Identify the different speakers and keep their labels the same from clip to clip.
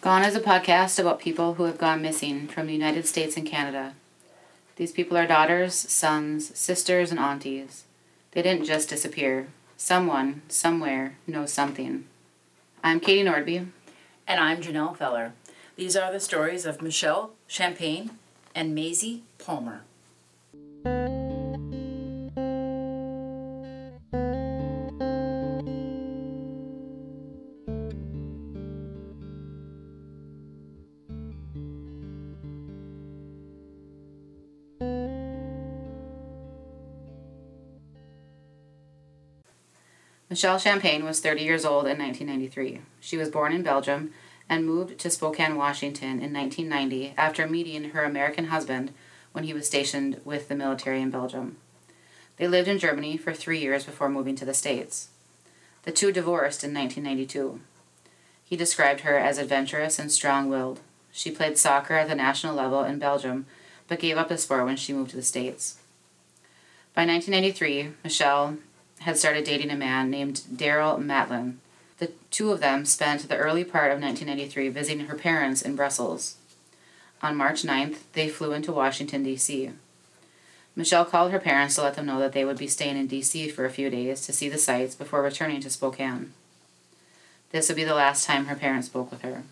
Speaker 1: Gone is a podcast about people who have gone missing from the United States and Canada. These people are daughters, sons, sisters, and aunties. They didn't just disappear. Someone, somewhere, knows something. I'm Katie Nordby.
Speaker 2: And I'm Janelle Feller. These are the stories of Michelle Champagne and Maisie Palmer.
Speaker 1: Michelle Champagne was 30 years old in 1993. She was born in Belgium and moved to Spokane, Washington in 1990 after meeting her American husband when he was stationed with the military in Belgium. They lived in Germany for three years before moving to the States. The two divorced in 1992. He described her as adventurous and strong willed. She played soccer at the national level in Belgium but gave up the sport when she moved to the States. By 1993, Michelle had started dating a man named Daryl Matlin. The two of them spent the early part of 1993 visiting her parents in Brussels. On March 9th, they flew into Washington, D.C. Michelle called her parents to let them know that they would be staying in D.C. for a few days to see the sights before returning to Spokane. This would be the last time her parents spoke with her.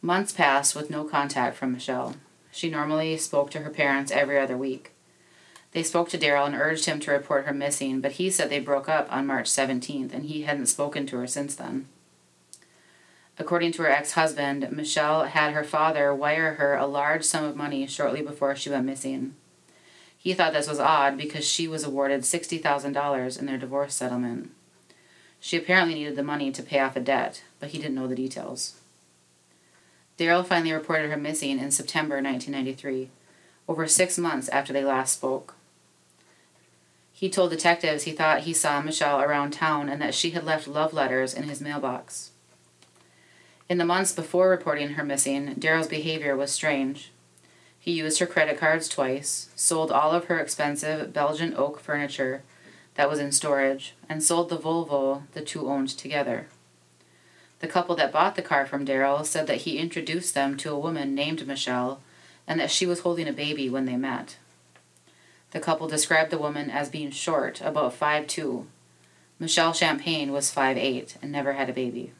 Speaker 1: Months passed with no contact from Michelle. She normally spoke to her parents every other week. They spoke to Daryl and urged him to report her missing, but he said they broke up on March 17th and he hadn't spoken to her since then. According to her ex husband, Michelle had her father wire her a large sum of money shortly before she went missing. He thought this was odd because she was awarded $60,000 in their divorce settlement. She apparently needed the money to pay off a debt, but he didn't know the details. Daryl finally reported her missing in September 1993, over six months after they last spoke. He told detectives he thought he saw Michelle around town and that she had left love letters in his mailbox. In the months before reporting her missing, Daryl's behavior was strange. He used her credit cards twice, sold all of her expensive Belgian oak furniture that was in storage, and sold the Volvo the two owned together. The couple that bought the car from Daryl said that he introduced them to a woman named Michelle and that she was holding a baby when they met. The couple described the woman as being short, about five two. Michelle Champagne was five eight and never had a baby.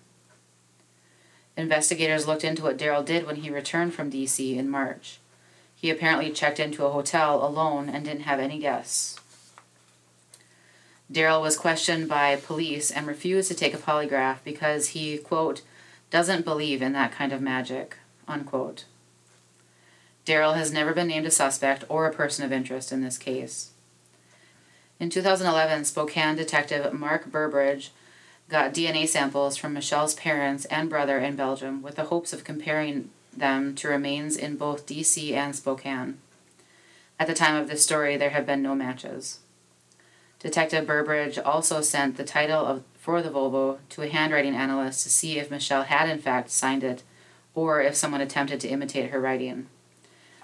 Speaker 1: Investigators looked into what Daryl did when he returned from D.C. in March. He apparently checked into a hotel alone and didn't have any guests. Daryl was questioned by police and refused to take a polygraph because he, quote, doesn't believe in that kind of magic, unquote. Daryl has never been named a suspect or a person of interest in this case. In 2011, Spokane detective Mark Burbridge got DNA samples from Michelle's parents and brother in Belgium with the hopes of comparing them to remains in both DC and Spokane. At the time of this story, there have been no matches. Detective Burbridge also sent the title of, for the Volvo to a handwriting analyst to see if Michelle had in fact signed it or if someone attempted to imitate her writing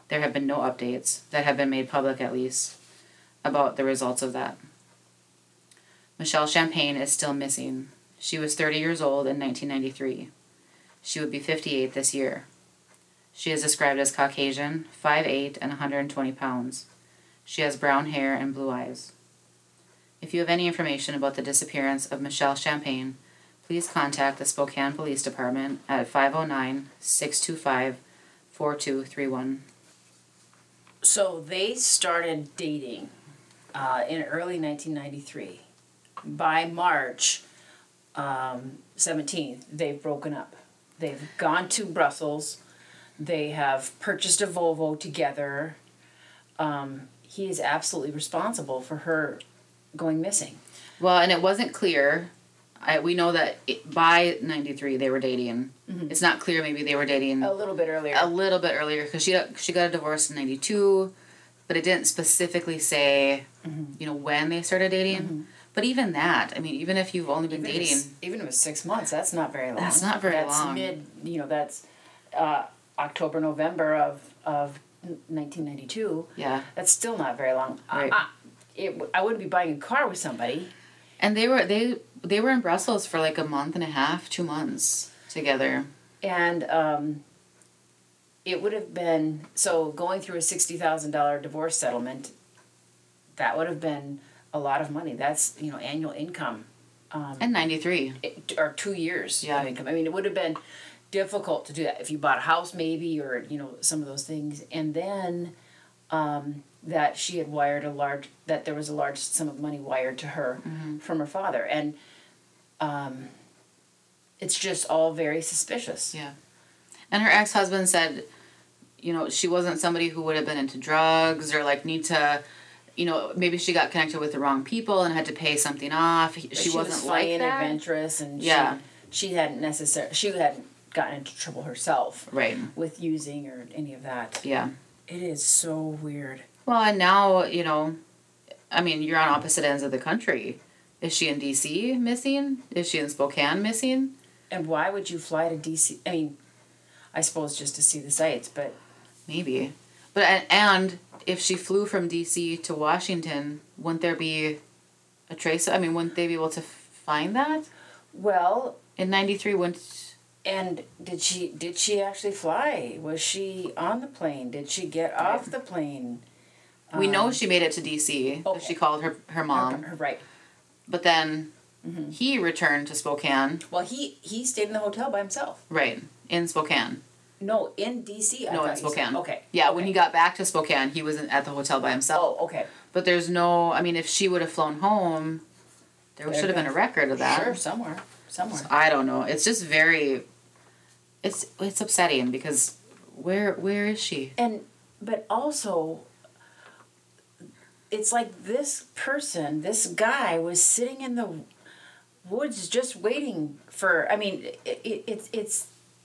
Speaker 1: there have been no updates that have been made public at least about the results of that. Michelle Champagne is still missing. She was 30 years old in 1993. She would be 58 this year. She is described as Caucasian, 5'8 and 120 pounds. She has brown hair and blue eyes. If you have any information about the disappearance of Michelle Champagne, please contact the Spokane Police Department at 509 625 4231.
Speaker 2: So they started dating uh, in early 1993. By March um, 17th, they've broken up. They've gone to Brussels. They have purchased a Volvo together. Um, he is absolutely responsible for her going missing.
Speaker 1: Well, and it wasn't clear. I, we know that it, by 93 they were dating.
Speaker 2: Mm-hmm.
Speaker 1: It's not clear maybe they were dating
Speaker 2: A little bit earlier.
Speaker 1: a little bit earlier because she got, she got a divorce in 92, but it didn't specifically say,
Speaker 2: Mm-hmm.
Speaker 1: you know, when they started dating. But even that, I mean, even if you've only been
Speaker 2: Even if
Speaker 1: dating,
Speaker 2: it's- even if it's six months, that's not very long.
Speaker 1: That's not very
Speaker 2: that's
Speaker 1: long.
Speaker 2: mid, you know, that's uh, October, November of, of 1992.
Speaker 1: yeah.
Speaker 2: That's still not very long.
Speaker 1: Right.
Speaker 2: I, I, it, w- I wouldn't be buying a car with somebody.
Speaker 1: And they were they they were in Brussels for like a month and a half, two months together.
Speaker 2: And um, it would have been so going through a sixty thousand dollar divorce settlement. That would have been a lot of money. That's you know annual income, um,
Speaker 1: And 93.
Speaker 2: it- or two years
Speaker 1: Yeah.
Speaker 2: of income. I mean, it would have been difficult to do that if you bought a house maybe or you know some of those things. And then um, that she had wired a large that there was a large sum of money wired to her
Speaker 1: Mm-hmm.
Speaker 2: from her father, and um, it's just all very suspicious.
Speaker 1: Yeah. And her ex husband said, you know, she wasn't somebody who would have been into drugs or like need to, you know, maybe she got connected with the wrong people and had to pay something off. He-
Speaker 2: But
Speaker 1: She, wasn't
Speaker 2: was
Speaker 1: like
Speaker 2: and
Speaker 1: that.
Speaker 2: adventurous, and
Speaker 1: Yeah.
Speaker 2: she, she hadn't necessarily she hadn't gotten into trouble herself
Speaker 1: Right.
Speaker 2: with using or any of that.
Speaker 1: Yeah.
Speaker 2: It is so weird.
Speaker 1: Well, and now, you know, I mean, you're on opposite ends of the country. Is she in DC missing? Is she in Spokane missing?
Speaker 2: And why would you fly to DC? I mean, I suppose just to see the sights, but
Speaker 1: Maybe. But and, and if she flew from DC to Washington, wouldn't there be a trace? I mean, wouldn't they be able to find that?
Speaker 2: well,
Speaker 1: In 93 wouldn't
Speaker 2: and did she did she actually fly? Was she on the plane? Did she get off the plane?
Speaker 1: We know she made it to DC. 'cause
Speaker 2: Um, okay.
Speaker 1: She called her her mom,
Speaker 2: Right.
Speaker 1: but then
Speaker 2: Mm-hmm.
Speaker 1: he returned to Spokane.
Speaker 2: Well, he he stayed in the hotel by himself.
Speaker 1: Right in Spokane.
Speaker 2: No, in DC. I
Speaker 1: No,
Speaker 2: thought
Speaker 1: in
Speaker 2: you said-
Speaker 1: Spokane.
Speaker 2: Okay.
Speaker 1: Yeah,
Speaker 2: okay.
Speaker 1: when he got back to Spokane, he wasn't at the hotel by himself.
Speaker 2: Oh, okay.
Speaker 1: But there's no. I mean, if she would have flown home, there
Speaker 2: There'd
Speaker 1: should have been a
Speaker 2: been-
Speaker 1: record of that.
Speaker 2: Sure, somewhere, somewhere.
Speaker 1: So I don't know. It's just very. It's it's upsetting because where where is she?
Speaker 2: And but also it's like this person, this guy was sitting in the woods just waiting for I mean it, it, it's it's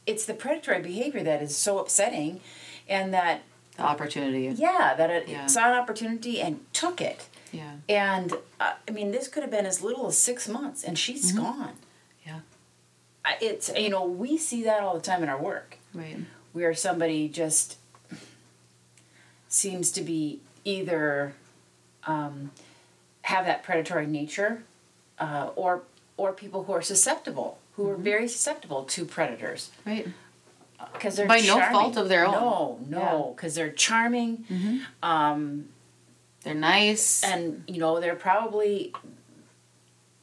Speaker 2: it's the predatory behavior that is so upsetting and that
Speaker 1: The opportunity.
Speaker 2: yeah, that it
Speaker 1: Yeah.
Speaker 2: saw an opportunity and took it.
Speaker 1: Yeah.
Speaker 2: And uh, I mean this could have been as little as 6 months and she's gone.
Speaker 1: Mm-hmm. Yeah.
Speaker 2: I- It's you know, we see that all the time in our work
Speaker 1: Right.
Speaker 2: where somebody just seems to be either um, have that predatory nature uh, or or people who are susceptible who
Speaker 1: Mm-hmm.
Speaker 2: are very susceptible to predators
Speaker 1: Right.
Speaker 2: because they're
Speaker 1: By no
Speaker 2: charming.
Speaker 1: fault of their own. Mm-hmm.
Speaker 2: no no because they're charming um,
Speaker 1: They're nice.
Speaker 2: and you know they're probably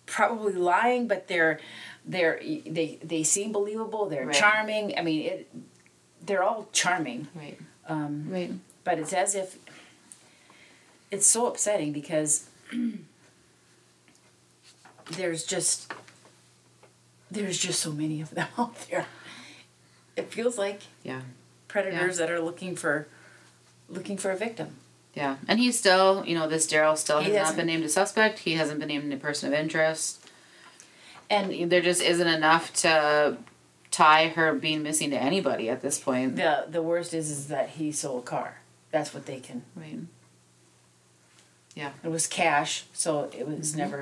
Speaker 2: probably lying but they're they're they they seem believable they're
Speaker 1: Right.
Speaker 2: charming i mean it they're all charming
Speaker 1: right.
Speaker 2: um,
Speaker 1: Right.
Speaker 2: but it's as if it's so upsetting because there's just there's just so many of them out there it feels like
Speaker 1: Yeah.
Speaker 2: predators that are looking for looking for a victim
Speaker 1: Yeah, and he's still, you know, this Daryl still
Speaker 2: He
Speaker 1: has not
Speaker 2: hasn't-
Speaker 1: been named a suspect. He hasn't been named a person of interest.
Speaker 2: and
Speaker 1: There just isn't enough to tie her being missing to anybody at this point.
Speaker 2: the the worst is is that he sold a car that's what they can
Speaker 1: Right.
Speaker 2: it was cash so it was never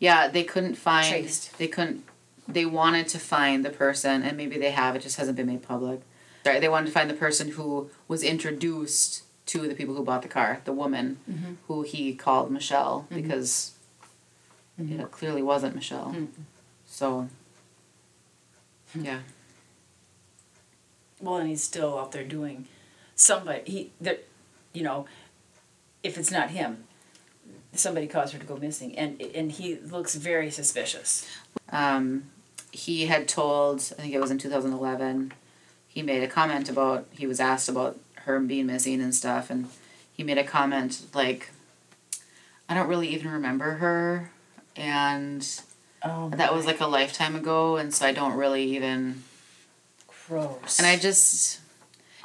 Speaker 1: Yeah, they couldn't find.
Speaker 2: Traced.
Speaker 1: They couldn't. They wanted to find the person, and maybe they have. It just hasn't been made public. Sorry, they wanted to find the person who was introduced to the people who bought the car, the woman
Speaker 2: Mm-hmm.
Speaker 1: who he called Michelle because
Speaker 2: Mm-hmm.
Speaker 1: it clearly wasn't Michelle. So. Yeah.
Speaker 2: well and he's still out there doing somebody he that you know if it's not him somebody caused her to go missing and and he looks very suspicious
Speaker 1: um, he had told i think it was in 2011 he made a comment about he was asked about her being missing and stuff and he made a comment like i don't really even remember her and
Speaker 2: oh
Speaker 1: that was like a lifetime ago and so i don't really even
Speaker 2: gross
Speaker 1: and i just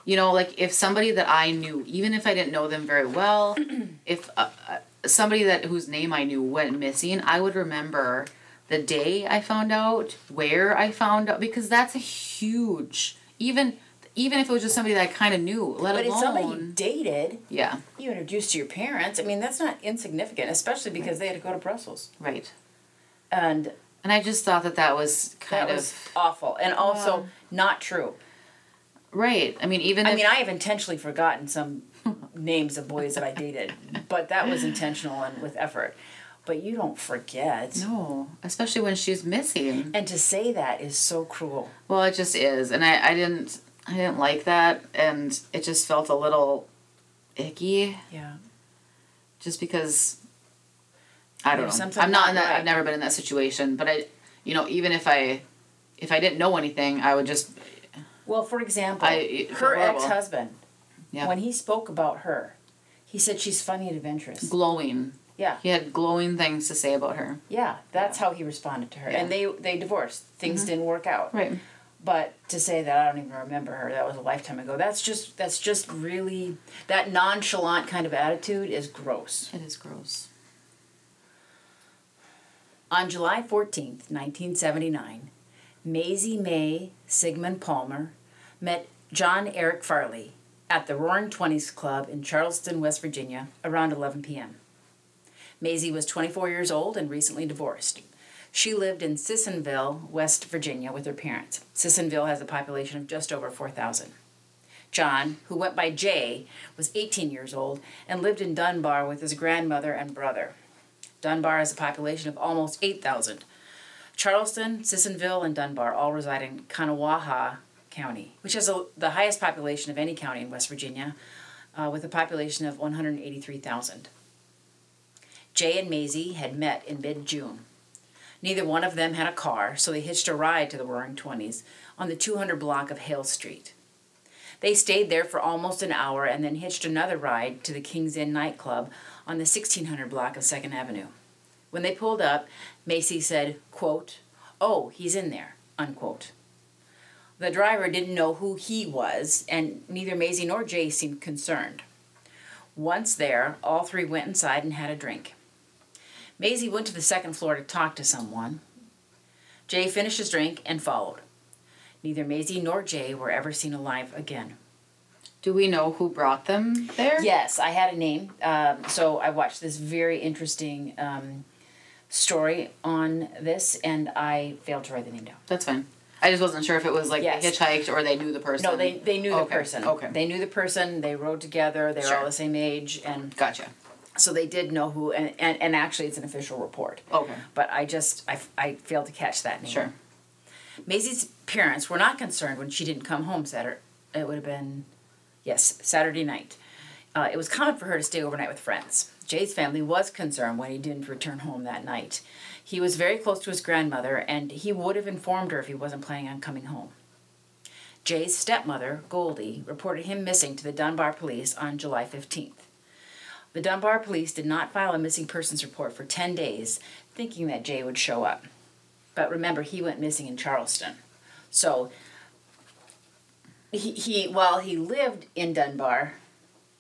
Speaker 1: you know like if somebody that i knew even if i didn't know them very well if uh, uh, somebody that whose name i knew went missing i would remember the day i found out where i found out because that's a huge even even if it was just somebody that i kind of knew let alone
Speaker 2: but it's somebody you dated
Speaker 1: yeah
Speaker 2: you introduced to your parents i mean that's not insignificant especially because they had to go to brussels
Speaker 1: right
Speaker 2: and
Speaker 1: and i just thought that that was kind
Speaker 2: that
Speaker 1: of
Speaker 2: was awful and also not true
Speaker 1: right i mean even
Speaker 2: i
Speaker 1: if
Speaker 2: mean i have intentionally forgotten some names of boys that i dated but that was intentional and with effort But you don't forget.
Speaker 1: No, especially when she's missing.
Speaker 2: And to say that is so cruel.
Speaker 1: Well, it just is, and I, I didn't I didn't like that, and it just felt a little icky,
Speaker 2: Yeah.
Speaker 1: just because. I don't
Speaker 2: There's
Speaker 1: know.
Speaker 2: something
Speaker 1: I'm not.
Speaker 2: not
Speaker 1: In that, I've
Speaker 2: right.
Speaker 1: never been in that situation, but I, you know, even if I, if I didn't know anything, I would just
Speaker 2: Well, for example,
Speaker 1: I- it's
Speaker 2: her
Speaker 1: horrible.
Speaker 2: ex husband,
Speaker 1: Yeah.
Speaker 2: when he spoke about her, he said she's funny and adventurous.
Speaker 1: glowing.
Speaker 2: yeah.
Speaker 1: He had glowing things to say about her.
Speaker 2: Yeah. That's how he responded to her. And they, they divorced. Things didn't work out.
Speaker 1: Right.
Speaker 2: But to say that I don't even remember her, that was a lifetime ago. That's just that's just really that nonchalant kind of attitude is gross.
Speaker 1: It is gross.
Speaker 2: On July 14th, 1979, Maisie May Sigmund Palmer met John Eric Farley at the Roaring Twenties Club in Charleston, West Virginia, around 11 p.m. Maisie was 24 years old and recently divorced. She lived in Sissonville, West Virginia, with her parents. Sissonville has a population of just over 4,000. John, who went by Jay, was 18 years old and lived in Dunbar with his grandmother and brother. Dunbar has a population of almost 8,000. Charleston, Sissonville, and Dunbar all reside in Kanawha County, which has a, the highest population of any county in West Virginia, uh, with a population of 183,000. Jay and Maisie had met in mid June. Neither one of them had a car, so they hitched a ride to the Roaring Twenties on the 200 block of Hale Street. They stayed there for almost an hour and then hitched another ride to the King's Inn nightclub on the 1600 block of 2nd Avenue. When they pulled up, Macy said, quote, Oh, he's in there, unquote. The driver didn't know who he was, and neither Maisie nor Jay seemed concerned. Once there, all three went inside and had a drink. Maisie went to the second floor to talk to someone. Jay finished his drink and followed. Neither Maisie nor Jay were ever seen alive again.
Speaker 1: Do we know who brought them there?
Speaker 2: Yes, I had a name. Um, so I watched this very interesting um, story on this, and I failed to write the name down.
Speaker 1: That's fine. I just wasn't sure if it was like they
Speaker 2: Yes.
Speaker 1: hitchhiked or they knew the person.
Speaker 2: No, they, they knew the
Speaker 1: Okay,
Speaker 2: person.
Speaker 1: Okay.
Speaker 2: They knew the person. They rode together. They were
Speaker 1: Sure.
Speaker 2: all the same age, and
Speaker 1: gotcha.
Speaker 2: so they did know who. And, and, and actually, it's an official report.
Speaker 1: Okay.
Speaker 2: But I just I, I failed to catch that name.
Speaker 1: Sure.
Speaker 2: Maisie's parents were not concerned when she didn't come home Saturday. It would have been, yes, Saturday night. Uh, it was common for her to stay overnight with friends. Jay's family was concerned when he didn't return home that night. He was very close to his grandmother, and he would have informed her if he wasn't planning on coming home. Jay's stepmother, Goldie, reported him missing to the Dunbar police on July 15th. The Dunbar police did not file a missing persons report for 10 days, thinking that Jay would show up. But remember, he went missing in Charleston. So he, he while he lived in Dunbar,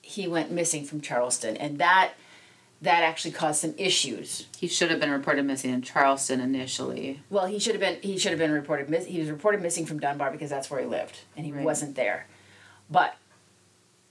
Speaker 2: he went missing from Charleston, and that that actually caused some issues.
Speaker 1: He should have been reported missing in Charleston initially.
Speaker 2: Well, he should have been he should have been reported miss, he was reported missing from Dunbar because that's where he lived, and he
Speaker 1: Right.
Speaker 2: wasn't there. But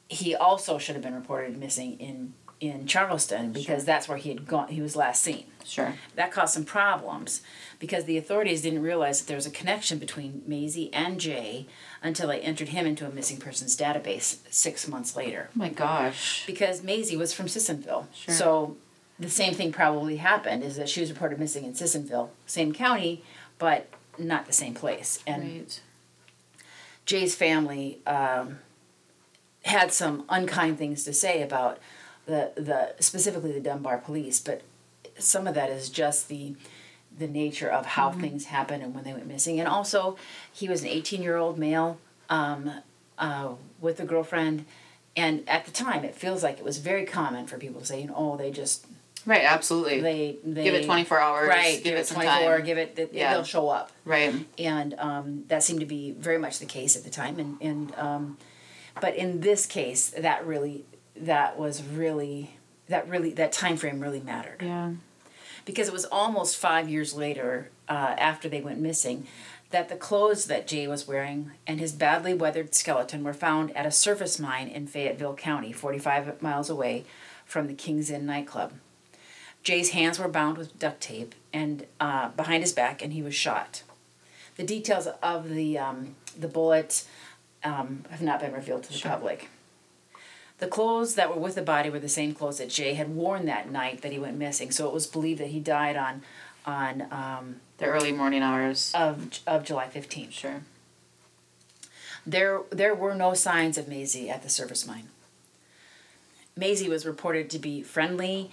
Speaker 2: he also should have been reported missing in in Charleston because that's where he had gone. He was last seen.
Speaker 1: Sure.
Speaker 2: That caused some problems because the authorities didn't realize that there was a connection between Maisie and Jay until they entered him into a missing persons database six months later.
Speaker 1: Oh my gosh.
Speaker 2: Because Maisie was from Sissonville.
Speaker 1: Sure.
Speaker 2: So the same thing probably happened is that she was reported missing in Sissonville, same county, but not the same place. And
Speaker 1: Right.
Speaker 2: Jay's family um, had some unkind things to say about the the specifically the Dunbar police, but some of that is just the the nature of how
Speaker 1: Mm-hmm.
Speaker 2: things happen and when they went missing, and also he was an eighteen year old male um, uh, with a girlfriend, and at the time it feels like it was very common for people to say, you know, oh, they just
Speaker 1: Right. Absolutely.
Speaker 2: they they
Speaker 1: give it twenty four hours.
Speaker 2: right,
Speaker 1: Give, it some time.
Speaker 2: give it th-
Speaker 1: Yeah.
Speaker 2: they'll show up
Speaker 1: Right.
Speaker 2: and um, that seemed to be very much the case at the time and, and um, but in this case that really that was really that really that time frame really mattered
Speaker 1: Yeah.
Speaker 2: because it was almost five years later uh, after they went missing that the clothes that jay was wearing and his badly weathered skeleton were found at a surface mine in fayetteville county 45 miles away from the king's inn nightclub jay's hands were bound with duct tape and uh, behind his back and he was shot the details of the um, the bullet um, have not been revealed to the public The clothes that were with the body were the same clothes that Jay had worn that night that he went missing. So it was believed that he died on on um,
Speaker 1: The early morning hours.
Speaker 2: of of July fifteenth.
Speaker 1: Sure.
Speaker 2: There there were no signs of Maisie at the service mine. Maisie was reported to be friendly,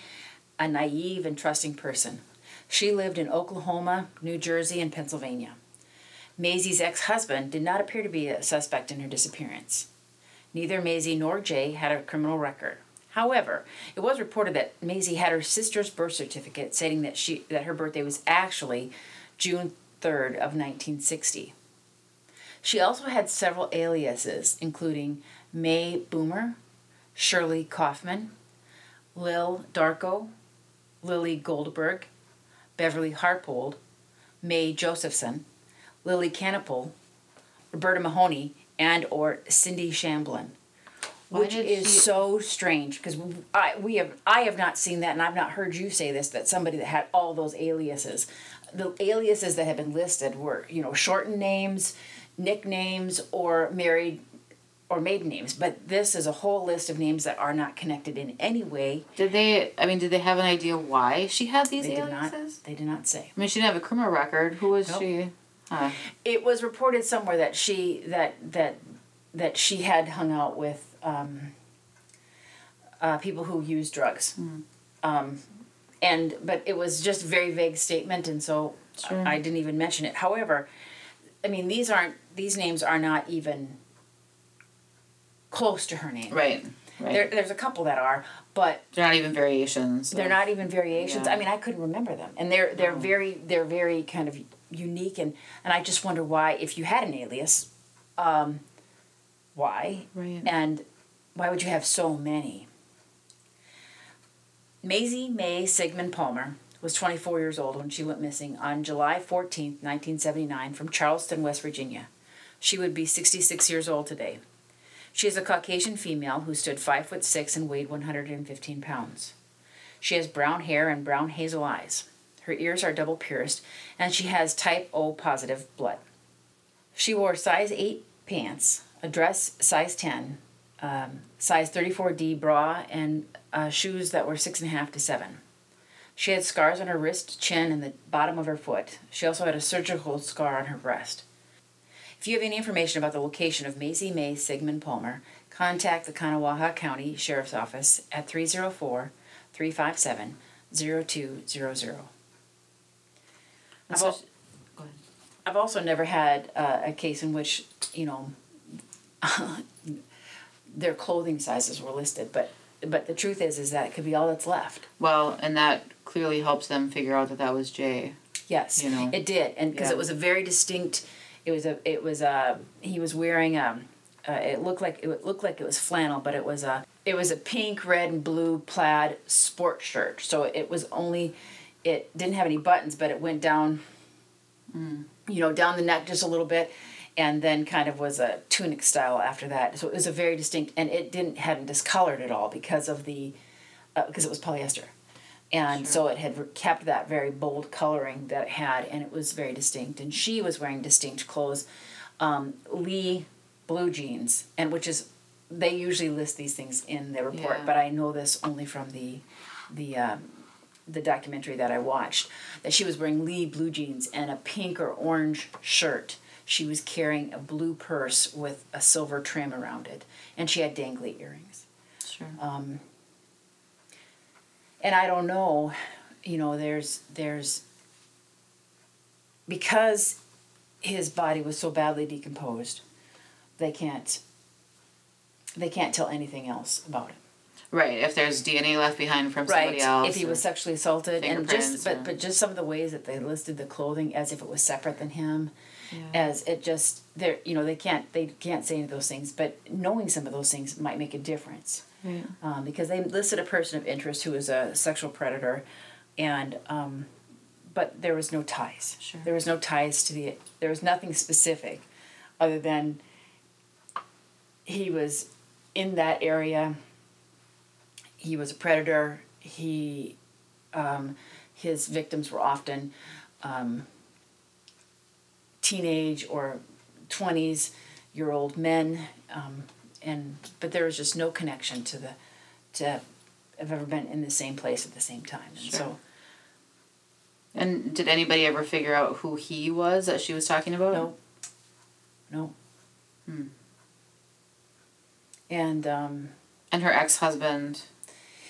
Speaker 2: a naive and trusting person. She lived in Oklahoma, New Jersey, and Pennsylvania. Maisie's ex-husband did not appear to be a suspect in her disappearance. Neither Maisie nor Jay had a criminal record. However, it was reported that Maisie had her sister's birth certificate stating that she that her birthday was actually June 3rd of 1960. She also had several aliases, including May Boomer, Shirley Kaufman, Lil Darko, Lily Goldberg, Beverly Harpold, May Josephson, Lily Canapol, Roberta Mahoney, and or Cindy Shamblin.
Speaker 1: Why
Speaker 2: Which
Speaker 1: did
Speaker 2: is
Speaker 1: she-
Speaker 2: so strange because I we have I have not seen that and I've not heard you say this that somebody that had all those aliases, the aliases that have been listed were you know shortened names, nicknames, or married or maiden names. But this is a whole list of names that are not connected in any way.
Speaker 1: Did they? I mean, did they have an idea why she had these
Speaker 2: They did not.
Speaker 1: aliases?
Speaker 2: They did not say.
Speaker 1: I mean, she didn't have a criminal record. Who was
Speaker 2: Nope.
Speaker 1: she? Ah, Huh.
Speaker 2: It was reported somewhere that she that that that she had hung out with um, uh, people who use drugs. Um, and but it was just very vague statement, and so
Speaker 1: Sure.
Speaker 2: I didn't even mention it. However, I mean these aren't these names are not even close to her name.
Speaker 1: Right. Right.
Speaker 2: There,
Speaker 1: They're,
Speaker 2: there's a couple that are, but
Speaker 1: not even variations.
Speaker 2: they're
Speaker 1: of-
Speaker 2: not even variations.
Speaker 1: Yeah.
Speaker 2: I mean, I couldn't remember them, and they're they're very they're very kind of unique, and and I just wonder why if you had an alias, um, why
Speaker 1: Right.
Speaker 2: and why would you have so many? Maisie May Sigmund Palmer was 24 years old when she went missing on July 14, 1979, from Charleston, West Virginia. She would be 66 years old today. She is a Caucasian female who stood 5 foot 6 and weighed 115 pounds. She has brown hair and brown hazel eyes. Her ears are double pierced, and she has type O positive blood. She wore size 8 pants, a dress size 10, um, size 34D bra, and uh, shoes that were 6.5 to 7. She had scars on her wrist, chin, and the bottom of her foot. She also had a surgical scar on her breast. If you have any information about the location of Maisie May Sigmund Palmer, contact the Kanawha County Sheriff's Office at 304 357 0200.
Speaker 1: And so
Speaker 2: I've al-
Speaker 1: she- go ahead.
Speaker 2: I've also never had uh, a case in which, you know, their clothing sizes were listed, but but the truth is is that it could be all that's left.
Speaker 1: Well, and that clearly helps them figure out that that was Jay.
Speaker 2: Yes,
Speaker 1: You know.
Speaker 2: it did, and because
Speaker 1: Yeah.
Speaker 2: it was a very distinct, it was a it was a he was wearing um, uh, it looked like it looked like it was flannel, but it was a it was a pink, red, and blue plaid sport shirt. So it was only, it didn't have any buttons, but it went down, you know, down the neck just a little bit, and then kind of was a tunic style after that. So it was a very distinct, and it didn't hadn't discolored at all because of the, because it was polyester. And so it had re- kept that very bold coloring that it had, and it was very distinct. And she was wearing distinct clothes, um, Lee blue jeans, and which is they usually list these things in their report,
Speaker 1: Yeah.
Speaker 2: but I know this only from the the um, the documentary that I watched that she was wearing Lee blue jeans and a pink or orange shirt. She was carrying a blue purse with a silver trim around it, and she had dangly earrings
Speaker 1: Sure.
Speaker 2: and I don't know, you know, there's there's because his body was so badly decomposed, they can't they can't tell anything else about him.
Speaker 1: right. If there's DNA left behind from somebody
Speaker 2: Right.
Speaker 1: else.
Speaker 2: If he
Speaker 1: or-
Speaker 2: was sexually assaulted and
Speaker 1: fingerprints
Speaker 2: just but
Speaker 1: or-
Speaker 2: but just some of the ways that they listed the clothing as if it was separate than him.
Speaker 1: Yeah.
Speaker 2: As it just they're you know, they can't they can't say any of those things, but knowing some of those things might make a difference.
Speaker 1: Right.
Speaker 2: um, because they listed a person of interest who was a sexual predator, and um, but there was no ties.
Speaker 1: Sure.
Speaker 2: There was no ties to the. There was nothing specific, other than he was in that area. He was a predator. He, um, his victims were often um, teenage or twenties year old men. Um, and but there was just no connection to the to have ever been in the same place at the same time. And
Speaker 1: Sure.
Speaker 2: so
Speaker 1: And did anybody ever figure out who he was that she was talking about?
Speaker 2: No. No.
Speaker 1: Hmm.
Speaker 2: And um,
Speaker 1: And her ex husband.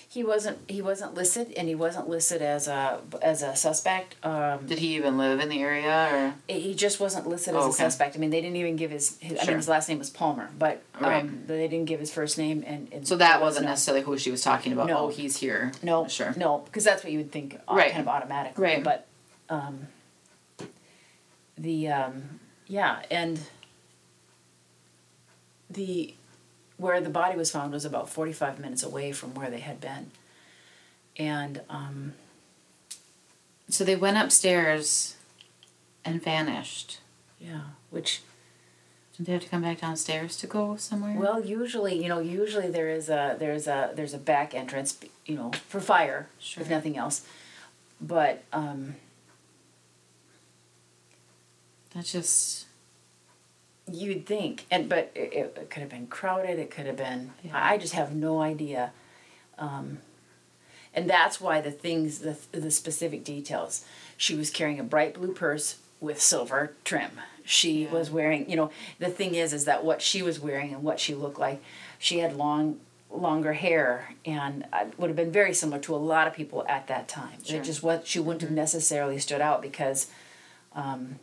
Speaker 2: he wasn't he wasn't listed, and he wasn't listed as a as a suspect. Um,
Speaker 1: Did he even live in the area
Speaker 2: he just wasn't listed
Speaker 1: Oh,
Speaker 2: as a
Speaker 1: okay.
Speaker 2: suspect. I mean, they didn't even give his. his I
Speaker 1: Sure.
Speaker 2: mean, his last name was Palmer, but um,
Speaker 1: Right.
Speaker 2: they didn't give his first name, and,
Speaker 1: or
Speaker 2: and
Speaker 1: so that wasn't
Speaker 2: no,
Speaker 1: necessarily who she was talking about.
Speaker 2: No.
Speaker 1: Oh, he's here.
Speaker 2: No,
Speaker 1: Sure.
Speaker 2: no, because that's what you would think, au-
Speaker 1: Right.
Speaker 2: kind of automatically.
Speaker 1: Right.
Speaker 2: But um, the um, yeah, and the where the body was found was about forty five minutes away from where they had been, and um,
Speaker 1: So they went upstairs and vanished.
Speaker 2: yeah, which
Speaker 1: Didn't they have to come back downstairs to go somewhere?
Speaker 2: well, usually you know, usually there is a there's a there's a back entrance, you know, for fire
Speaker 1: Sure.
Speaker 2: if nothing else, but um,
Speaker 1: That's just.
Speaker 2: You'd think, and but it, it it could have been crowded. It could have been.
Speaker 1: Yeah.
Speaker 2: I I just have no idea, um, and that's why the things, the the specific details. She was carrying a bright blue purse with silver trim. She
Speaker 1: Yeah.
Speaker 2: was wearing. You know, the thing is, is that what she was wearing and what she looked like. She had long, longer hair, and uh, would have been very similar to a lot of people at that time.
Speaker 1: Sure. Mm-hmm.
Speaker 2: It just what she wouldn't have necessarily stood out because. Um,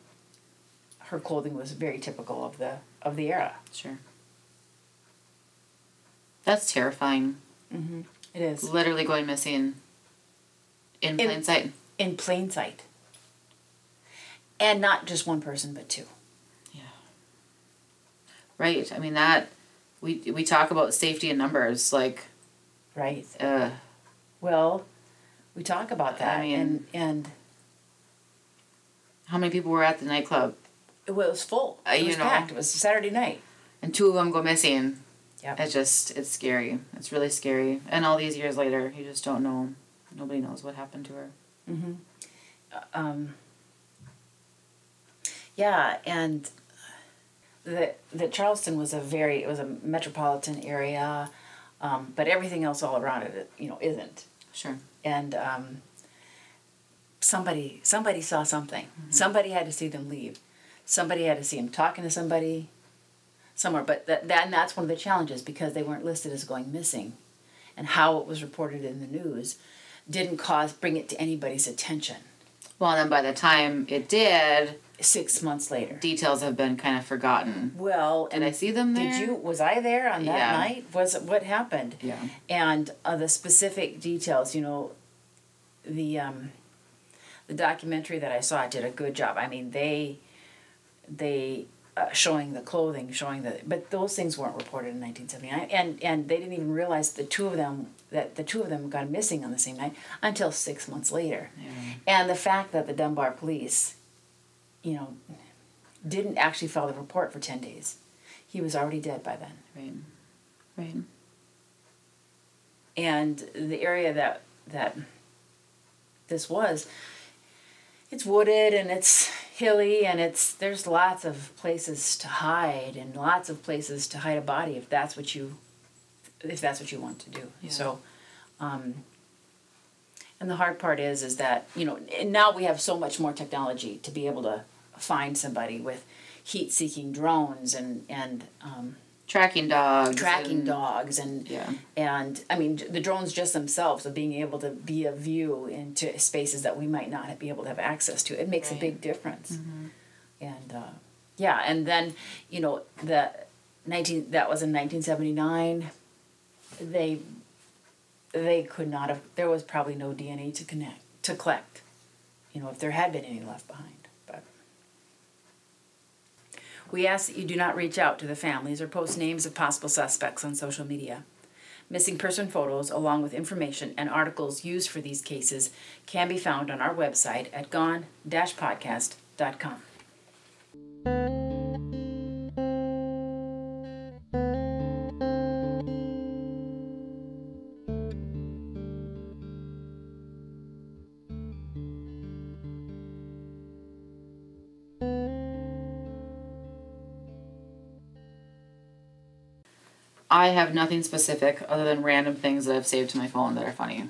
Speaker 2: her clothing was very typical of the of the era.
Speaker 1: Sure. That's terrifying.
Speaker 2: Mm-hmm. It is
Speaker 1: Literally going missing in
Speaker 2: In-
Speaker 1: plain sight.
Speaker 2: in plain sight, and not just one person, but two.
Speaker 1: Right. I mean that we we talk about safety in numbers like
Speaker 2: Right.
Speaker 1: uh
Speaker 2: Well, we talk about that,
Speaker 1: I mean-
Speaker 2: and
Speaker 1: how many people were at the nightclub
Speaker 2: and well, it was full.
Speaker 1: Uh,
Speaker 2: it
Speaker 1: you
Speaker 2: was
Speaker 1: know.
Speaker 2: packed. It was Saturday night.
Speaker 1: and two of them go missing.
Speaker 2: Yep.
Speaker 1: It's just it's scary. It's really scary. And all these years later, you just don't know. Nobody knows what happened to her.
Speaker 2: Mm-hmm. Um, yeah, and the the Charleston was a very it was a metropolitan area, um, but everything else all around it, you know, isn't.
Speaker 1: Sure.
Speaker 2: and um, somebody somebody saw something. Somebody had to see them leave. Somebody had to see them talking to somebody somewhere. But that, that and that's one of the challenges because they weren't listed as going missing, and how it was reported in the news didn't cause bring it to anybody's attention.
Speaker 1: Well, and then by the time it did,
Speaker 2: Six months later.
Speaker 1: details have been kind of forgotten.
Speaker 2: Well,
Speaker 1: Did I see them there?
Speaker 2: Did you? Was I there on that
Speaker 1: Yeah.
Speaker 2: night? Was what happened?
Speaker 1: Yeah.
Speaker 2: And uh, the specific details, you know, the um, the documentary that I saw did a good job. I mean, they they uh, showing the clothing, showing the but those things weren't reported in 1979, and and they didn't even realize the two of them that the two of them got missing on the same night until six months later,
Speaker 1: Yeah.
Speaker 2: and the fact that the Dunbar police, you know, didn't actually file the report for ten days, he was already dead by then.
Speaker 1: Right. Right.
Speaker 2: and the area that that this was it's wooded and it's hilly and it's there's lots of places to hide and lots of places to hide a body if that's what you if that's what you want to do
Speaker 1: Yeah.
Speaker 2: so um and the hard part is is that you know and now we have so much more technology to be able to find somebody with heat seeking drones and and um,
Speaker 1: Tracking dogs.
Speaker 2: tracking
Speaker 1: and-
Speaker 2: dogs and
Speaker 1: Yeah.
Speaker 2: and I mean, the drones just themselves of being able to be a view into spaces that we might not be able to have access to. It makes
Speaker 1: Right. Mm-hmm.
Speaker 2: a big difference. And uh, yeah, and then you know the nineteen that was in nineteen seventy nine. They they could not have. There was probably no DNA to connect to collect. You know, if there had been any left behind, but. We ask that you do not reach out to the families or post names of possible suspects on social media. Missing person photos, along with information and articles used for these cases, can be found on our website at gone podcast.com.
Speaker 1: I have nothing specific other than random things that I've saved to my phone that are funny.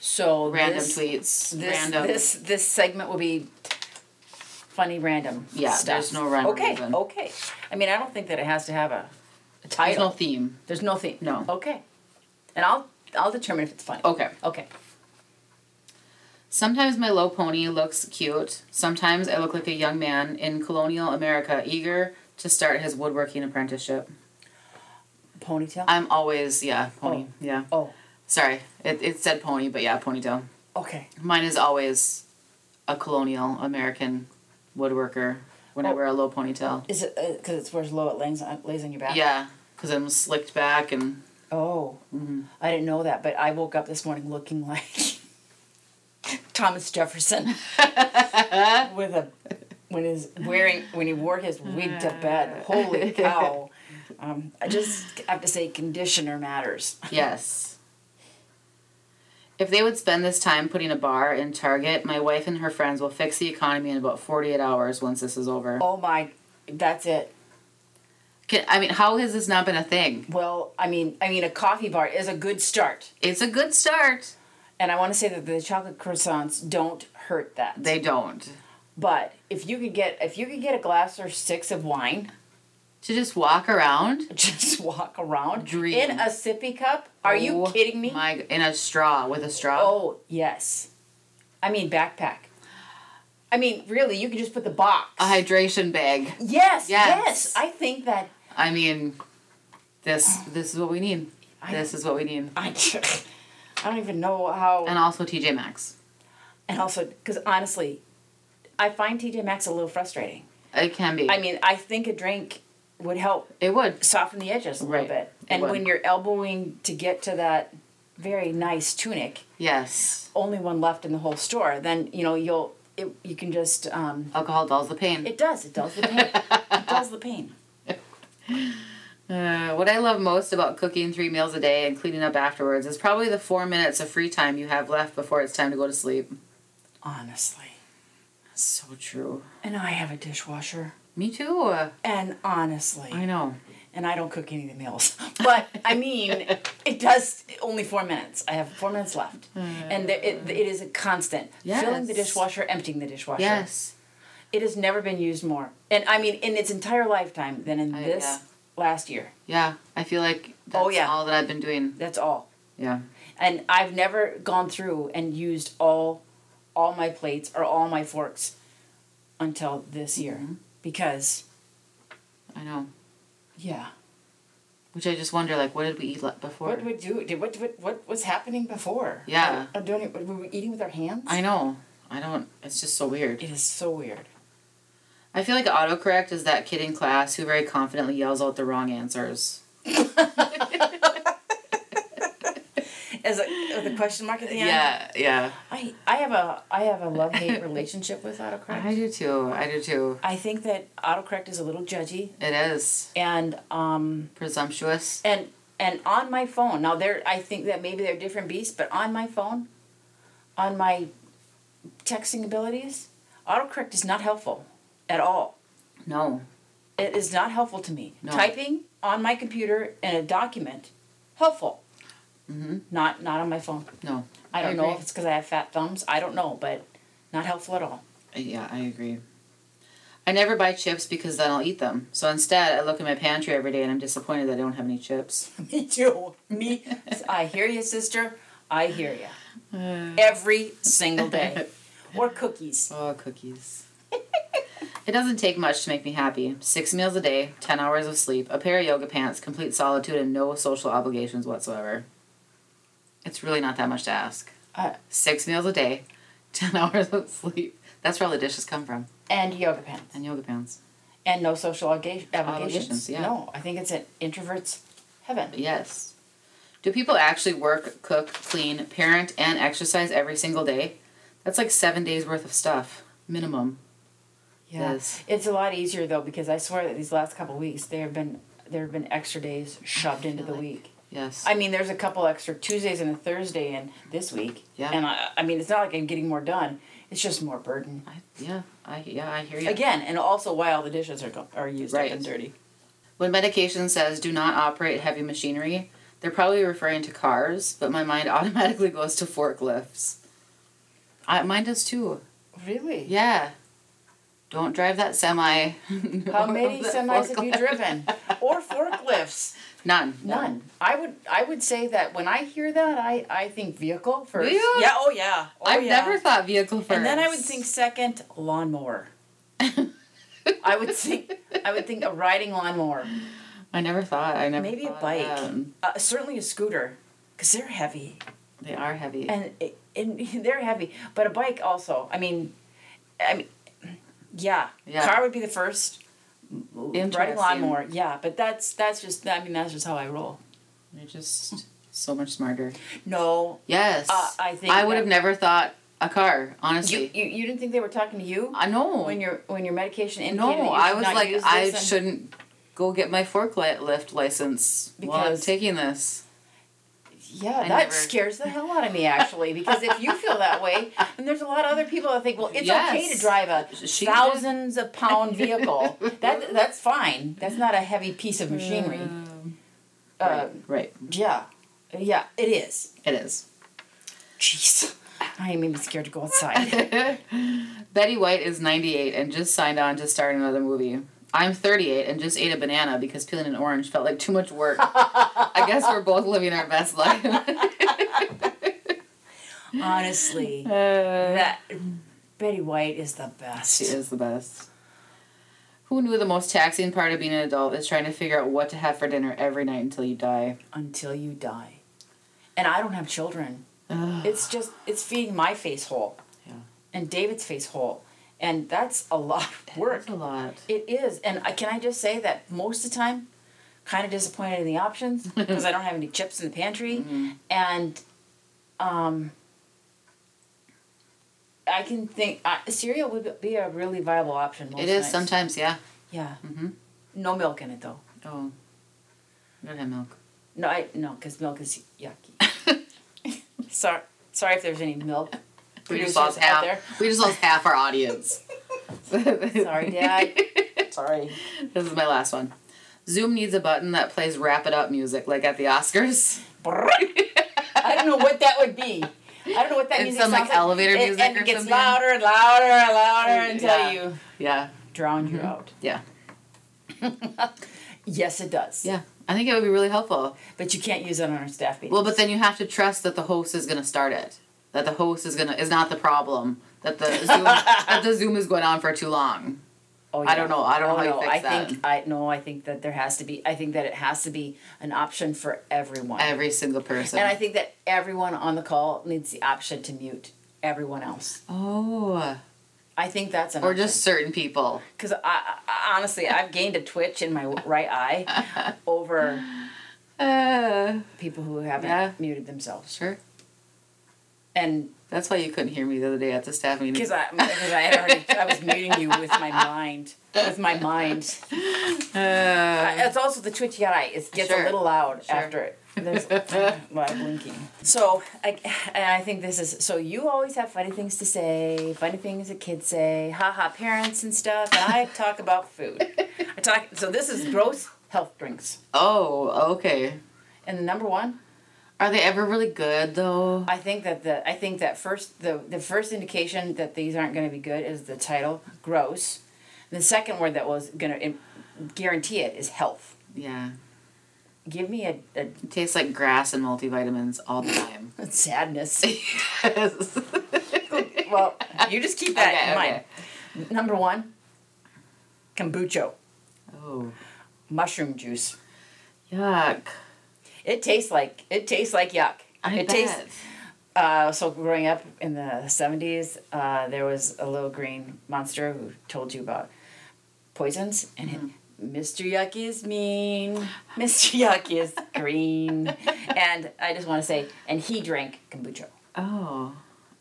Speaker 2: So
Speaker 1: Random
Speaker 2: this,
Speaker 1: tweets.
Speaker 2: This,
Speaker 1: random.
Speaker 2: this this segment will be funny random.
Speaker 1: Yeah,
Speaker 2: stuff.
Speaker 1: there's no rhyme or
Speaker 2: Okay,
Speaker 1: reason.
Speaker 2: okay. I mean, I don't think that it has to have a, a
Speaker 1: There's no
Speaker 2: title.
Speaker 1: theme.
Speaker 2: There's no theme.
Speaker 1: No. Oh.
Speaker 2: Okay. And I'll I'll determine if it's funny.
Speaker 1: Okay.
Speaker 2: Okay.
Speaker 1: Sometimes my low pony looks cute. Sometimes I look like a young man in colonial America eager to start his woodworking apprenticeship.
Speaker 2: Ponytail.
Speaker 1: I'm always, yeah, pony. Yeah.
Speaker 2: oh.
Speaker 1: Sorry, it, it said pony, but yeah, ponytail.
Speaker 2: Okay.
Speaker 1: Mine is always a colonial American woodworker when I
Speaker 2: Oh.
Speaker 1: wear a low ponytail.
Speaker 2: Is it because it's where it's low? It lays on lays on your back.
Speaker 1: Yeah, because I'm slicked back and
Speaker 2: Oh.
Speaker 1: Mm-hmm.
Speaker 2: I didn't know that, but I woke up this morning looking like Thomas Jefferson with a when his wearing when he wore his wig to bed. Holy cow! Um, I just have to say, conditioner matters.
Speaker 1: yes. If they would spend this time putting a bar in Target, my wife and her friends will fix the economy in about 48 hours once this is over.
Speaker 2: Oh my, that's it.
Speaker 1: Can, I mean, how has this not been a thing?
Speaker 2: Well, I mean, I mean, a coffee bar is a good start,
Speaker 1: It's a good start.
Speaker 2: and I want to say that the chocolate croissants don't hurt that.
Speaker 1: They don't.
Speaker 2: But if you could get if you could get a glass or six of wine.
Speaker 1: To just walk around.
Speaker 2: just walk around
Speaker 1: Dream.
Speaker 2: in a sippy cup. Are you
Speaker 1: Oh
Speaker 2: kidding me?
Speaker 1: My, in a straw with a straw.
Speaker 2: oh yes, I mean backpack. I mean, really, you could just put the box.
Speaker 1: A hydration bag.
Speaker 2: yes, yes,
Speaker 1: Yes.
Speaker 2: I think that
Speaker 1: I mean, this this is what we need.
Speaker 2: I-
Speaker 1: This is what we need.
Speaker 2: I. I don't even know how.
Speaker 1: And also TJ Maxx.
Speaker 2: And also, because honestly, I find TJ Maxx a little frustrating.
Speaker 1: It can be.
Speaker 2: I mean, I think a drink would help
Speaker 1: it would.
Speaker 2: soften the edges a
Speaker 1: Right.
Speaker 2: little bit.
Speaker 1: It
Speaker 2: And
Speaker 1: would.
Speaker 2: when you're elbowing to get to that very nice tunic,
Speaker 1: Yes.
Speaker 2: only one left in the whole store, then you know you'll it, you can just um,
Speaker 1: Alcohol dulls the pain.
Speaker 2: it does it does the pain it does the pain.
Speaker 1: Uh, what I love most about cooking three meals a day and cleaning up afterwards is probably the four minutes of free time you have left before it's time to go to sleep.
Speaker 2: Honestly,
Speaker 1: That's so true.
Speaker 2: and I have a dishwasher,
Speaker 1: Me too. Uh,
Speaker 2: and honestly,
Speaker 1: I know.
Speaker 2: and I don't cook any of the meals, but I mean it does only four minutes. I have four minutes left, and the, it it is a constant filling the
Speaker 1: Mm. Yes.
Speaker 2: dishwasher, emptying the dishwasher.
Speaker 1: Yes.
Speaker 2: it has never been used more, and I mean in its entire lifetime than in
Speaker 1: I-
Speaker 2: this
Speaker 1: yeah.
Speaker 2: last year.
Speaker 1: Yeah. I feel like that's
Speaker 2: Oh, yeah.
Speaker 1: all that I've been doing.
Speaker 2: That's all.
Speaker 1: Yeah.
Speaker 2: and I've never gone through and used all all my plates or all my forks until this year because
Speaker 1: I know.
Speaker 2: yeah
Speaker 1: Which I just wonder, like, what did we eat le- before?
Speaker 2: what would do did what what what was happening before
Speaker 1: Yeah.
Speaker 2: I'm doing it were we eating with our hands
Speaker 1: I know. I don't. It's just so weird.
Speaker 2: it is so weird
Speaker 1: I feel like autocorrect is that kid in class who very confidently yells out the wrong answers.
Speaker 2: as a with a question mark at the end
Speaker 1: Yeah. Yeah.
Speaker 2: I I have a I have a love hate relationship with autocorrect
Speaker 1: I do too. I do too.
Speaker 2: I think that autocorrect is a little judgy
Speaker 1: It is
Speaker 2: and um
Speaker 1: presumptuous.
Speaker 2: and and on my phone now there i think that maybe they're different beasts but on my phone on my texting abilities autocorrect is not helpful at all
Speaker 1: No.
Speaker 2: it is not helpful to me
Speaker 1: No.
Speaker 2: typing on my computer in a document helpful mm-hmm. not not on my phone
Speaker 1: No.
Speaker 2: i don't know
Speaker 1: agree.
Speaker 2: if it's because i have fat thumbs i don't know but not helpful at all
Speaker 1: Yeah, I agree. I never buy chips because then I'll eat them. So instead, I look in my pantry every day and I'm disappointed that I don't have any chips.
Speaker 2: me too me i hear you sister i hear you Uh, every single day or cookies
Speaker 1: Oh, cookies. it doesn't take much to make me happy. Six meals a day, 10 hours of sleep, a pair of yoga pants, complete solitude, and no social obligations whatsoever. It's really not that much to ask.
Speaker 2: Uh,
Speaker 1: Six meals a day, 10 hours of sleep. That's where all the dishes come from,
Speaker 2: and yoga pants
Speaker 1: and yoga pants.
Speaker 2: and no social obliga- obligations.
Speaker 1: Obligations, yeah.
Speaker 2: No, I think it's an introvert's heaven.
Speaker 1: Yes. Do people actually work, cook, clean, parent, and exercise every single day? That's like seven days worth of stuff, minimum.
Speaker 2: Yeah.
Speaker 1: Yes.
Speaker 2: It's a lot easier though because I swear that these last couple weeks there have been there have been extra days shoved into the
Speaker 1: like-
Speaker 2: week.
Speaker 1: Yes.
Speaker 2: I mean, there's a couple extra Tuesdays and a Thursday in this week.
Speaker 1: Yeah.
Speaker 2: And I, I mean, it's not like I'm getting more done. It's just more burden.
Speaker 1: I, yeah, I yeah, I hear you.
Speaker 2: Again, and also why all the dishes are go- are used up
Speaker 1: Right.
Speaker 2: and dirty.
Speaker 1: When medication says do not operate heavy machinery, they're probably referring to cars, but my mind automatically goes to forklifts. I, mine does too.
Speaker 2: Really?
Speaker 1: Yeah. Don't drive that semi.
Speaker 2: How
Speaker 1: or
Speaker 2: many
Speaker 1: that
Speaker 2: semis have you
Speaker 1: forklift.
Speaker 2: driven? Or forklifts?
Speaker 1: None.
Speaker 2: None. I would I would say that when I hear that I, I think vehicle first.
Speaker 1: Do you?
Speaker 2: Yeah, oh yeah. Oh,
Speaker 1: I've
Speaker 2: yeah.
Speaker 1: never thought vehicle first.
Speaker 2: And then I would think second lawnmower. I would think I would think a riding lawnmower.
Speaker 1: I never thought. I never.
Speaker 2: Maybe a
Speaker 1: thought um, of
Speaker 2: bike.
Speaker 1: them.
Speaker 2: Uh, certainly a scooter cuz they're heavy.
Speaker 1: They are heavy.
Speaker 2: and it, and they're heavy. But a bike also. I mean, I mean, yeah.
Speaker 1: Yeah.
Speaker 2: Car would be the first. Riding
Speaker 1: Interesting.
Speaker 2: lawnmower, yeah. But that's that's just. I mean, that's just how I roll.
Speaker 1: They're just so much smarter.
Speaker 2: No,
Speaker 1: Yes.
Speaker 2: Uh, I think
Speaker 1: I would
Speaker 2: that-
Speaker 1: have never thought a car.
Speaker 2: you,
Speaker 1: Honestly,
Speaker 2: you you didn't think they were talking to you
Speaker 1: I know.
Speaker 2: when your when your medication indicated that you
Speaker 1: no, I
Speaker 2: should
Speaker 1: was
Speaker 2: not
Speaker 1: like,
Speaker 2: use
Speaker 1: I
Speaker 2: this and-
Speaker 1: shouldn't go get my forklift license while I'm
Speaker 2: Because-
Speaker 1: taking this.
Speaker 2: Yeah,
Speaker 1: I
Speaker 2: that
Speaker 1: never-
Speaker 2: scares the hell out of me actually. Because if you feel that way, and there's a lot of other people that think, well, it's okay
Speaker 1: Yes.
Speaker 2: to drive a
Speaker 1: She did.
Speaker 2: thousands of pound vehicle. that that's fine. That's not a heavy piece of machinery.
Speaker 1: Um,
Speaker 2: Uh,
Speaker 1: right.
Speaker 2: Yeah, yeah, it is.
Speaker 1: It is.
Speaker 2: Jeez, I am even scared to go outside.
Speaker 1: Betty White is 98 and just signed on to start another movie. I'm 38 and just ate a banana because peeling an orange felt like too much work. I guess we're both living our best life.
Speaker 2: Honestly, that Betty White is the
Speaker 1: she
Speaker 2: best.
Speaker 1: is the best. Who knew the most taxing part of being an adult is trying to figure out what to have for dinner every night until you die?
Speaker 2: Until you die, and I don't have children.
Speaker 1: Ugh.
Speaker 2: It's just it's feeding my face hole,
Speaker 1: Yeah.
Speaker 2: and David's face hole, and that's a lot of work.
Speaker 1: That's a lot.
Speaker 2: It is, and I, can I just say that most of the time, kind of disappointed in the options because I don't have any chips in the pantry,
Speaker 1: Mm-hmm.
Speaker 2: and um, I can think uh, cereal would be a really viable option. Most
Speaker 1: It is
Speaker 2: nights.
Speaker 1: sometimes, yeah.
Speaker 2: Yeah.
Speaker 1: Mhm.
Speaker 2: No milk in it though.
Speaker 1: Oh. I don't have milk.
Speaker 2: No, I no, because milk is yucky. sorry, sorry if there's any milk.
Speaker 1: We
Speaker 2: Producers
Speaker 1: just lost half.
Speaker 2: out there.
Speaker 1: We just lost half our audience.
Speaker 2: Sorry, Dad. sorry.
Speaker 1: This is my last one. Zoom needs a button that plays wrap it up music, like at the Oscars.
Speaker 2: I don't know what that would be. I don't know what that
Speaker 1: It's
Speaker 2: music
Speaker 1: some, like,
Speaker 2: sounds
Speaker 1: elevator
Speaker 2: and,
Speaker 1: music
Speaker 2: and
Speaker 1: or
Speaker 2: it gets
Speaker 1: something.
Speaker 2: louder and louder and louder until
Speaker 1: Yeah.
Speaker 2: you
Speaker 1: Yeah,
Speaker 2: drown you out.
Speaker 1: yeah,
Speaker 2: Yes, it does.
Speaker 1: yeah. I think it would be really helpful.
Speaker 2: But you can't use it on our staff meeting.
Speaker 1: Well, but then you have to trust that the host is gonna start it. That the host is gonna is not the problem. That the Zoom that the Zoom is going on for too long.
Speaker 2: oh,
Speaker 1: I don't know. I don't know how you
Speaker 2: no.
Speaker 1: fix
Speaker 2: I
Speaker 1: that.
Speaker 2: think I no. I think that there has to be. I think that it has to be an option for everyone.
Speaker 1: Every single person.
Speaker 2: and I think that everyone on the call needs the option to mute everyone else.
Speaker 1: oh,
Speaker 2: I think that's an
Speaker 1: or just certain people.
Speaker 2: because I, I honestly I've gained a twitch in my right eye over
Speaker 1: Uh,
Speaker 2: people who haven't
Speaker 1: Yeah.
Speaker 2: muted themselves
Speaker 1: sure.
Speaker 2: and
Speaker 1: That's why you couldn't hear me the other day at the staff meeting.
Speaker 2: because I because I had already I was muting you with my mind with my mind.
Speaker 1: Uh,
Speaker 2: Uh, It's also the twitchy eye. It gets
Speaker 1: Sure.
Speaker 2: a little loud
Speaker 1: Sure.
Speaker 2: after it. There's a lot of blinking. So I, and I think this is so. You always have funny things to say, funny things that kids say, haha, parents and stuff. And I talk about food. I talk. So this is gross health drinks.
Speaker 1: oh, okay.
Speaker 2: And the number one,
Speaker 1: Are they ever really good though?
Speaker 2: I think that the I think that first the the first indication that these aren't going to be good is the title, gross. And the second word that was going to guarantee it is health.
Speaker 1: Yeah.
Speaker 2: Give me a, a
Speaker 1: It tastes like grass and multivitamins all the time.
Speaker 2: sadness.
Speaker 1: yes.
Speaker 2: well, you just keep that in mind. Number one, kombucha,
Speaker 1: Oh.
Speaker 2: mushroom juice.
Speaker 1: Yuck.
Speaker 2: It tastes like it tastes like yuck.
Speaker 1: I
Speaker 2: it
Speaker 1: bet.
Speaker 2: tastes. Uh, so growing up in the seventies, uh, there was a little green monster who told you about poisons, and it- Mr. Yuck is mean. Mr. Yuck is green, and I just want to say, and he drank kombucha
Speaker 1: Oh.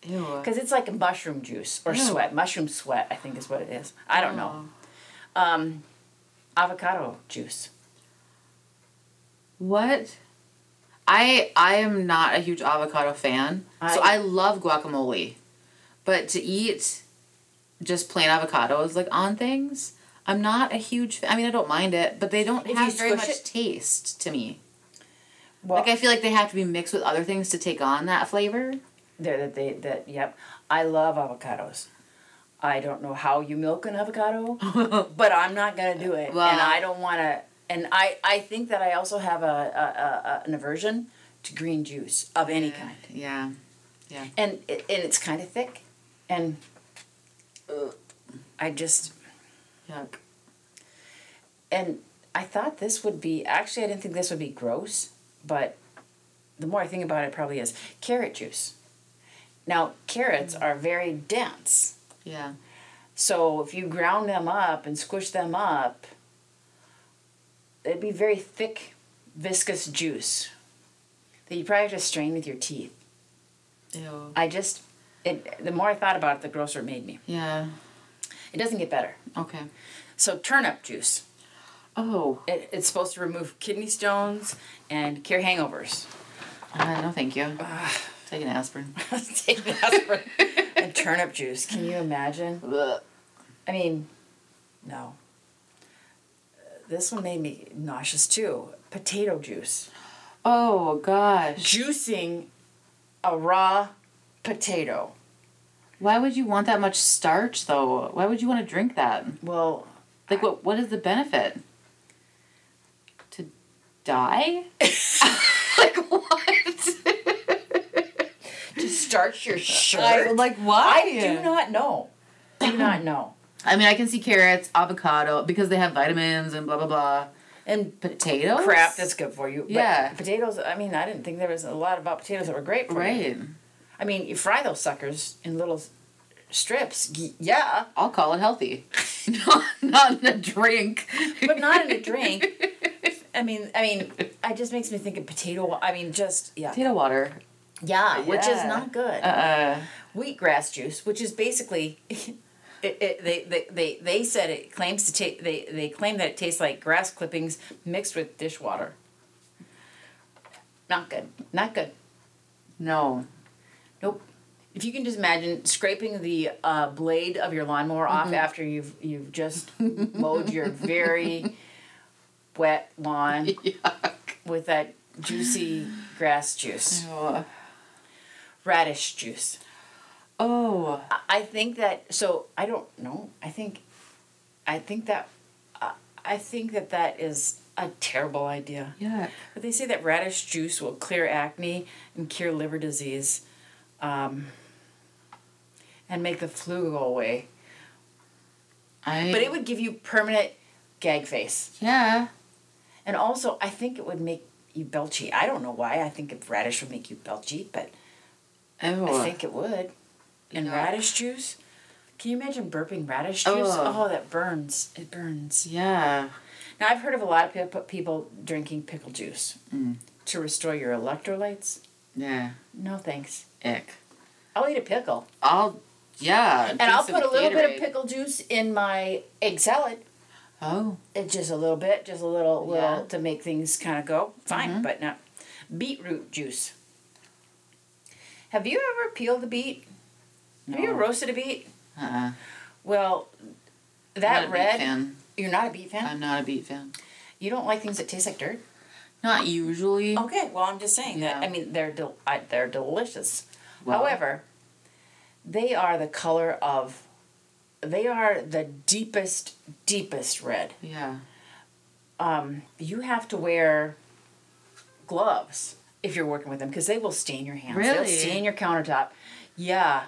Speaker 1: Ew.
Speaker 2: because it's like mushroom juice or
Speaker 1: Ew.
Speaker 2: sweat. Mushroom sweat, I think, is what it is. I don't know. um, avocado juice.
Speaker 1: What? I I am not a huge avocado fan. so
Speaker 2: I-
Speaker 1: I love guacamole. But to eat just plain avocados like on things, I'm not a huge. fa- I mean, I don't mind it, but they don't
Speaker 2: If
Speaker 1: have
Speaker 2: you
Speaker 1: very
Speaker 2: squish
Speaker 1: much
Speaker 2: it-
Speaker 1: taste to me.
Speaker 2: Well,
Speaker 1: like I feel like they have to be mixed with other things to take on that flavor.
Speaker 2: there that they that yep. I love avocados. I don't know how you milk an avocado, but I'm not gonna do it,
Speaker 1: Well-
Speaker 2: and I don't want to. And I I think that I also have a, a, a, a an aversion to green juice of any kind,
Speaker 1: Yeah.
Speaker 2: and it, and it's kind of thick, and ugh, I just
Speaker 1: Yuck.
Speaker 2: and I thought this would be actually I didn't think this would be gross, but the more I think about it, it probably is carrot juice. Now carrots are very dense.
Speaker 1: Yeah.
Speaker 2: So if you ground them up and squish them up, it'd be very thick, viscous juice that you probably have to strain with your teeth.
Speaker 1: Ew.
Speaker 2: I just, it, the more I thought about it, the grosser it made me.
Speaker 1: Yeah.
Speaker 2: It doesn't get better.
Speaker 1: Okay.
Speaker 2: So turnip juice.
Speaker 1: Oh.
Speaker 2: It, it's supposed to remove kidney stones and cure hangovers.
Speaker 1: Uh, no, thank you. Take an aspirin.
Speaker 2: Take aspirin and turnip juice. Can you imagine?
Speaker 1: Ugh.
Speaker 2: I mean, no. This one made me nauseous too. Potato juice.
Speaker 1: Oh gosh.
Speaker 2: Juicing a raw potato.
Speaker 1: Why would you want that much starch though? Why would you want to drink that?
Speaker 2: Well,
Speaker 1: Like what what is the benefit? To die? like what?
Speaker 2: to starch your shirt.
Speaker 1: I, like why?
Speaker 2: I do not know. Do not know.
Speaker 1: I mean I can see carrots, avocado, because they have vitamins and blah blah blah.
Speaker 2: And
Speaker 1: Potatoes?
Speaker 2: crap, that's good for you. But
Speaker 1: Yeah.
Speaker 2: potatoes, I mean, I didn't think there was a lot about potatoes that were great for you.
Speaker 1: right.
Speaker 2: I mean, you fry those suckers in little s- strips. y- Yeah.
Speaker 1: I'll call it healthy. not, not in a drink.
Speaker 2: But not in a drink. I mean, I mean, it just makes me think of potato. I mean, just, yeah.
Speaker 1: Potato water.
Speaker 2: Yeah, which is
Speaker 1: Yeah.
Speaker 2: not good.
Speaker 1: Uh uh.
Speaker 2: Wheatgrass juice, which is basically, it, it, they, they, they, they said it claims to taste, they, they claim that it tastes like grass clippings mixed with dishwater. Not good. Not good.
Speaker 1: No.
Speaker 2: Nope. If you can just imagine scraping the uh, blade of your lawnmower
Speaker 1: Mm-hmm.
Speaker 2: off after you've you've just mowed your very wet lawn
Speaker 1: Yuck.
Speaker 2: with that juicy grass juice, radish juice.
Speaker 1: Oh.
Speaker 2: I- I think that so I don't know. I think I think that I I think that that is a terrible idea.
Speaker 1: Yeah.
Speaker 2: But they say that radish juice will clear acne and cure liver disease um, and make the flu go away.
Speaker 1: I.
Speaker 2: But it would give you permanent gag face.
Speaker 1: Yeah.
Speaker 2: And also, I think it would make you belchy. I don't know why. I think if radish would make you belchy, but I
Speaker 1: Oh.
Speaker 2: think it would. And
Speaker 1: Yeah.
Speaker 2: radish juice? Can you imagine burping radish juice?
Speaker 1: Ugh.
Speaker 2: Oh, that burns. It burns.
Speaker 1: Yeah.
Speaker 2: Now, I've heard of a lot of peop- people drinking pickle juice
Speaker 1: Mm.
Speaker 2: to restore your electrolytes.
Speaker 1: Yeah.
Speaker 2: No thanks.
Speaker 1: Ick.
Speaker 2: I'll eat a pickle.
Speaker 1: I'll. Yeah.
Speaker 2: And I'll put a little bit of pickle juice in my egg salad.
Speaker 1: Oh.
Speaker 2: It just a little bit, just a little, little
Speaker 1: Yeah. Mm-hmm.
Speaker 2: to make things kind of go. Fine, but not. Beetroot juice. Have you ever peeled a beet? Have you
Speaker 1: No. Uh-uh.
Speaker 2: roasted a beet?
Speaker 1: Uh. uh
Speaker 2: Well, that red.
Speaker 1: fan.
Speaker 2: You're not a beet fan.
Speaker 1: I'm not a beet fan.
Speaker 2: you don't like things that taste like dirt.
Speaker 1: Not usually.
Speaker 2: Okay, well, I'm just saying that.
Speaker 1: Yeah.
Speaker 2: I mean, they're del- I, they're delicious.
Speaker 1: Well.
Speaker 2: However, they are the color of. They are the deepest, deepest red.
Speaker 1: Yeah.
Speaker 2: Um, you have to wear gloves if you're working with them because they will stain your hands. They'll
Speaker 1: Really?
Speaker 2: stain your countertop. Yeah,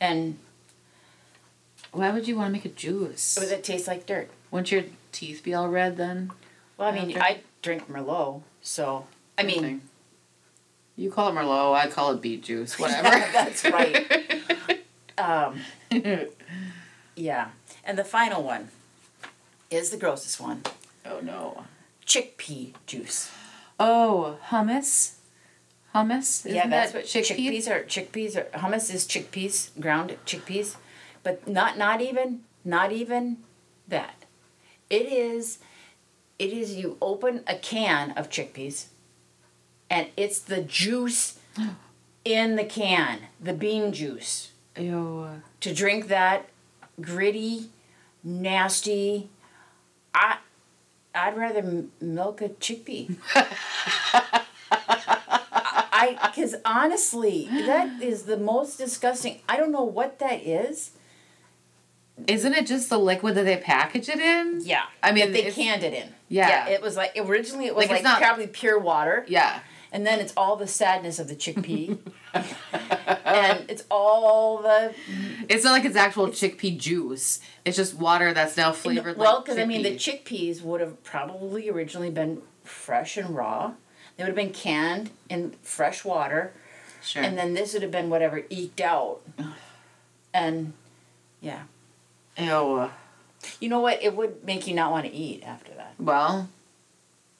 Speaker 2: and
Speaker 1: Why would you want to make a juice?
Speaker 2: it tastes like dirt.
Speaker 1: Wouldn't your teeth be all red then?
Speaker 2: Well, I mean,
Speaker 1: Okay.
Speaker 2: I drink Merlot, so I mean.
Speaker 1: Okay. You call it Merlot. I call it beet juice. Whatever.
Speaker 2: Yeah, that's right. Um, yeah. And the final one is the grossest one
Speaker 1: oh no.
Speaker 2: chickpea juice.
Speaker 1: Oh, hummus. Hummus. Isn't
Speaker 2: yeah, that's
Speaker 1: that
Speaker 2: what
Speaker 1: chickpea?
Speaker 2: chickpeas are. Chickpeas are. Hummus is chickpeas, ground chickpeas. But not, not even, not even that. It is, it is you open a can of chickpeas and it's the juice in the can, the bean juice.
Speaker 1: Ew.
Speaker 2: to drink that gritty, nasty, I, I'd rather m- milk a chickpea. I, because honestly, that is the most disgusting. I don't know what that is.
Speaker 1: Isn't it just the liquid that they package it in?
Speaker 2: Yeah,
Speaker 1: I mean,
Speaker 2: that they
Speaker 1: it's-
Speaker 2: canned it in.
Speaker 1: Yeah.
Speaker 2: it was like originally it was
Speaker 1: Like,
Speaker 2: like,
Speaker 1: it's not-
Speaker 2: probably pure water,
Speaker 1: Yeah.
Speaker 2: and then it's all the sadness of the chickpea, and it's all the
Speaker 1: It's not like it's actual chickpea juice. It's just water that's now
Speaker 2: No,
Speaker 1: flavored.
Speaker 2: well
Speaker 1: like
Speaker 2: because i mean the
Speaker 1: chickpea.
Speaker 2: chickpeas would have probably originally been fresh and raw they would have been canned in fresh water
Speaker 1: sure.
Speaker 2: and then this would have been whatever eked out and yeah
Speaker 1: Ew.
Speaker 2: you know what it would make you not want to eat after that
Speaker 1: Well,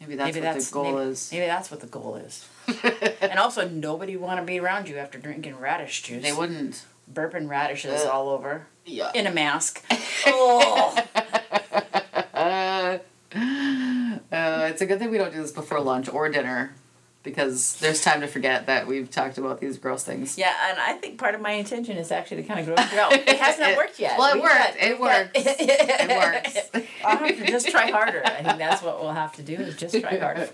Speaker 1: maybe that's what the goal
Speaker 2: maybe,
Speaker 1: is.
Speaker 2: maybe that's what the goal is and also nobody would want to be around you after drinking radish juice
Speaker 1: they wouldn't.
Speaker 2: burping radishes
Speaker 1: Ugh.
Speaker 2: all over
Speaker 1: Yeah.
Speaker 2: in a mask oh
Speaker 1: Uh, uh, it's a good thing we don't do this before lunch or dinner because there's time to forget that we've talked about these gross things.
Speaker 2: Yeah, and I think part of my intention is actually to kind of grow it out. It has not worked yet.
Speaker 1: Well, it
Speaker 2: We've
Speaker 1: worked.
Speaker 2: got-
Speaker 1: it
Speaker 2: we've got-
Speaker 1: worked. it works.
Speaker 2: I'll have to just try harder. I think that's what we'll have to do is just try harder.